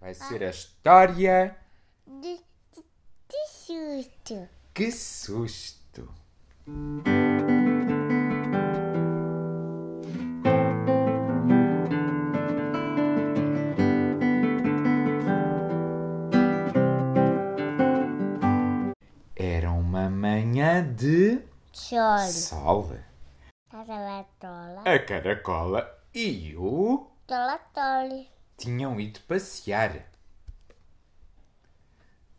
Vai ser a história. De, de, de susto. Que susto! Era uma manhã de Choro. sol. Tola, tola. A caracola e o Tola, tole. tinham ido passear.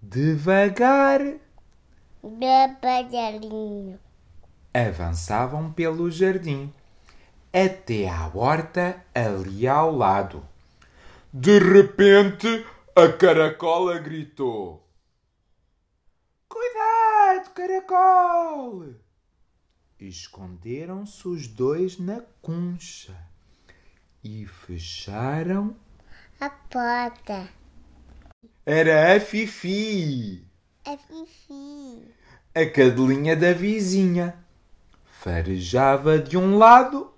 Devagar Babadalinho. avançavam pelo jardim até à horta ali ao lado. De repente, a caracola gritou: Cuidado, caracol! Esconderam-se os dois na concha e fecharam A porta. Era a Fifi, É fifi. a cadelinha da vizinha. Farejava de um lado,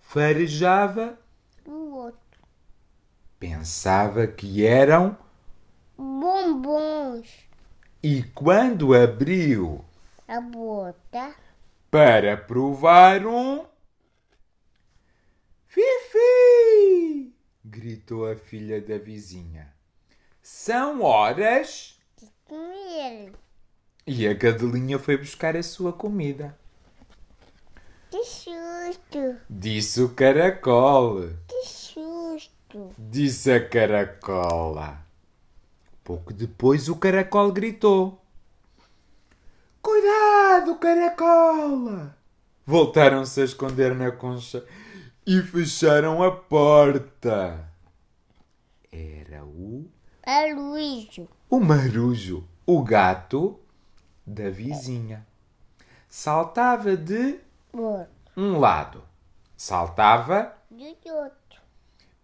farejava, O outro. pensava que eram, Bombons. e quando abriu A bota. para provar um. Fifi! gritou a filha da vizinha. São horas. Comer. E a cadelinha foi buscar a sua comida. Que susto. Disse o caracol. Que susto. Disse a caracola. Pouco depois o caracol gritou: Cuidado, caracola! Voltaram-se a esconder na concha e fecharam a porta. Era o, Aluísio. o marujo, o gato da vizinha. Saltava de Outro. um lado, saltava, E o outro.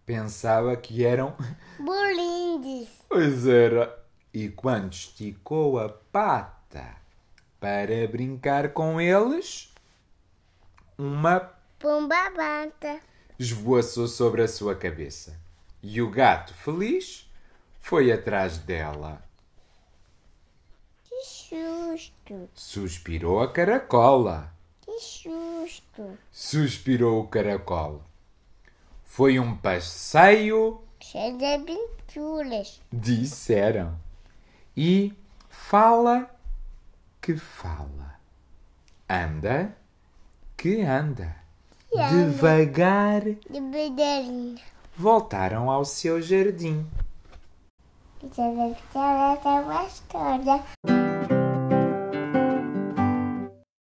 pensava que eram Bolindes. Pois era. E quando esticou a pata para brincar com eles, uma Pomba bata. esvoaçou sobre a sua cabeça. E o gato, feliz, foi atrás dela. Que susto. Suspirou a caracola. Que susto. Suspirou o caracol. Foi um passeio, Cheio de aventuras. disseram. E fala que fala. Anda que anda. E anda. Devagar De bedelhinha. voltaram ao seu jardim. Essa é uma história.